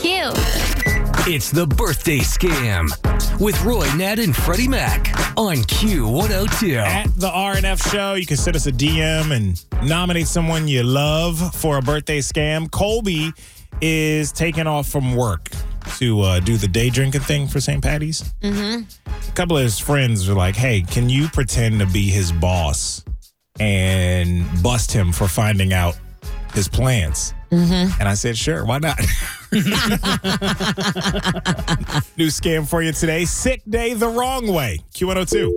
you. It's the birthday scam with Roy, Nat, and Freddie Mac on Q102. at the RNF show. You can send us a DM and nominate someone you love for a birthday scam. Colby is taking off from work to uh, do the day drinking thing for St. Patty's. Mm-hmm. A couple of his friends were like, hey, can you pretend to be his boss and bust him for finding out his plans? Mm-hmm. And I said, sure, why not? New scam for you today. Sick day the wrong way. Q102.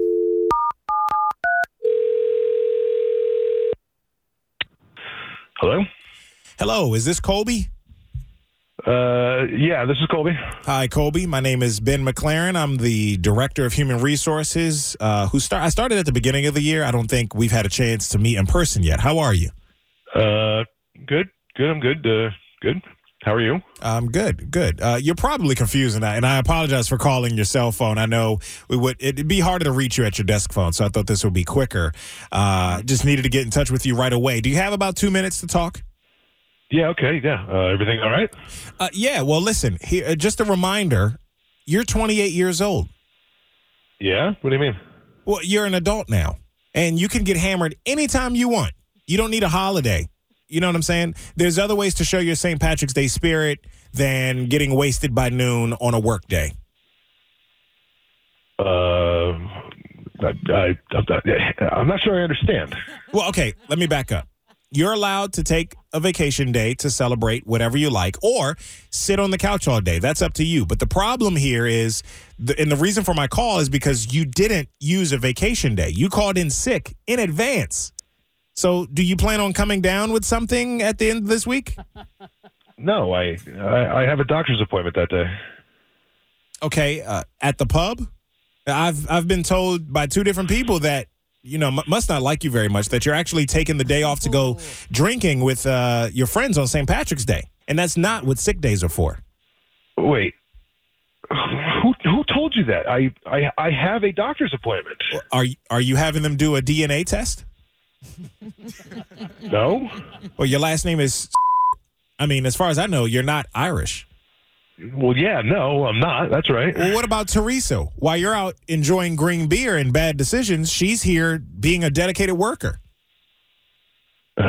Hello. Hello, is this Colby? Uh, yeah, this is Colby. Hi, Colby. My name is Ben McLaren. I'm the director of human resources. Uh, who start? I started at the beginning of the year. I don't think we've had a chance to meet in person yet. How are you? Uh, good, good. I'm good. Uh, good. How are you? Um, good, good. Uh, you're probably confused, and I, and I apologize for calling your cell phone. I know we would it'd be harder to reach you at your desk phone, so I thought this would be quicker. Uh, just needed to get in touch with you right away. Do you have about two minutes to talk? Yeah. Okay. Yeah. Uh, everything all right? Uh, yeah. Well, listen. Here, uh, just a reminder. You're 28 years old. Yeah. What do you mean? Well, you're an adult now, and you can get hammered anytime you want. You don't need a holiday. You know what I'm saying? There's other ways to show your St. Patrick's Day spirit than getting wasted by noon on a work day. Uh, I, I, I'm, not, I'm not sure I understand. Well, okay, let me back up. You're allowed to take a vacation day to celebrate whatever you like or sit on the couch all day. That's up to you. But the problem here is, the, and the reason for my call is because you didn't use a vacation day. You called in sick in advance. So, do you plan on coming down with something at the end of this week? No, I, I, I have a doctor's appointment that day. okay uh, at the pub i've i've been told by two different people that you know m- must not like you very much that you're actually taking the day off to go drinking with uh, your friends on st patrick's day and that's not what sick days are for Wait. Who, who told you that? I, I, I have a doctor's appointment. are y- are you having them do a dna test No. well your last name is i mean as far as i know you're not irish Well, yeah. No, I'm not. That's right. well what about teresa while you're out enjoying green beer and bad decisions she's here being a dedicated worker Uh,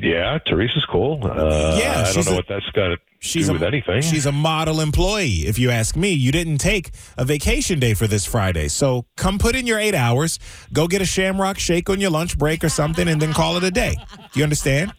yeah, Teresa's cool. Uh, Yeah, I she's don't know a- what that's got to She's do a, with anything. She's a model employee, if you ask me. You didn't take a vacation day for this Friday. So come put in your eight hours, go get a shamrock shake on your lunch break or something, and then call it a day. You understand?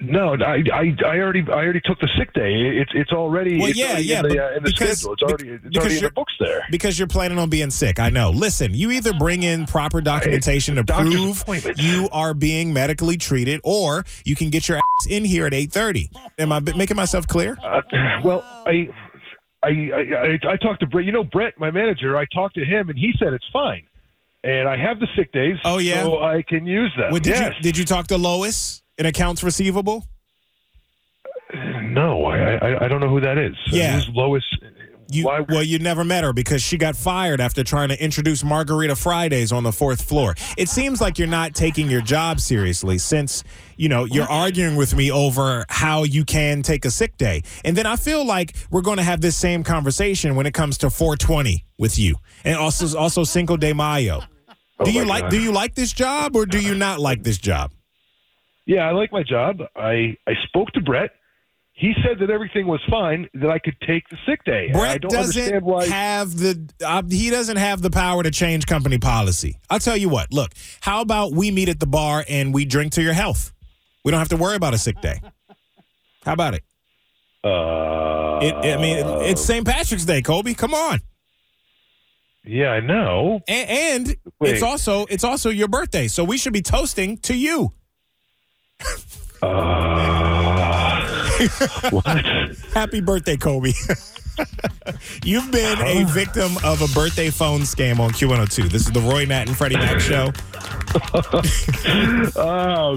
No, I, I, I already I already took the sick day. It's it's already Well, it's yeah, already yeah, in the, but uh, in the because- schedule. It's already it's because already in the you're- books there. Because you're planning on being sick. I know. Listen, you either bring in proper documentation to doctor's prove appointment. you are being medically treated, or you can get your ass in here at 8.30. Am I b- making myself clear? Uh, well, I, I I I I talked to Brett. You know Brett, my manager. I talked to him, and he said it's fine. And I have the sick days. Oh, yeah? so I can use them. Well, did, yes. you, did you talk to Lois in accounts receivable? no, I, I I don't know who that is. Yeah. who's Lois? You, Why? well, you never met her because she got fired after trying to introduce Margarita Fridays on the fourth floor. It seems like you're not taking your job seriously since, you know, you're arguing with me over how you can take a sick day. And then I feel like we're going to have this same conversation when it comes to 420 with you and also also Cinco de Mayo. Oh, Do you my like God. do you like this job or do you not like this job? Yeah, I like my job. I I spoke to Brett. He said that everything was fine. That I could take the sick day. And I Brett don't doesn't understand why. have the uh, he doesn't have the power to change company policy. I'll tell you what. Look, how about we meet at the bar and we drink to your health? We don't have to worry about a sick day. How about it? uh, it I mean, it- it's Oh. St. Patrick's Day, Kobe. Come on, yeah, I know. A- and, and Wait. it's also it's also your birthday, so we should be toasting to you. Uh, what? Happy birthday, Kobe. You've been a victim of a birthday phone scam on Q102. This is the Roy Nat and Freddie Mac show. Oh,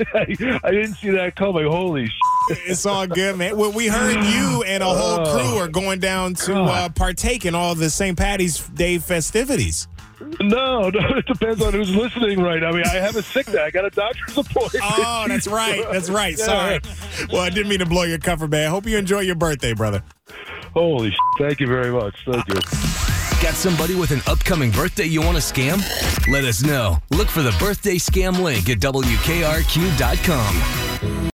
I, I didn't see that coming. Holy sh! It's all good, man. Well, we heard you and a whole crew are going down to uh, partake in all the St. Patty's Day festivities. No, no, it depends on who's listening, right? I mean, I have a sick day. I got a doctor's appointment. Oh, that's right. That's right. Sorry. Well, I didn't mean to blow your cover, man. Hope you enjoy your birthday, brother. Holy shit. Thank you very much. Thank you. Got somebody with an upcoming birthday you want to scam? Let us know. Look for the birthday scam link at WKRQ.com.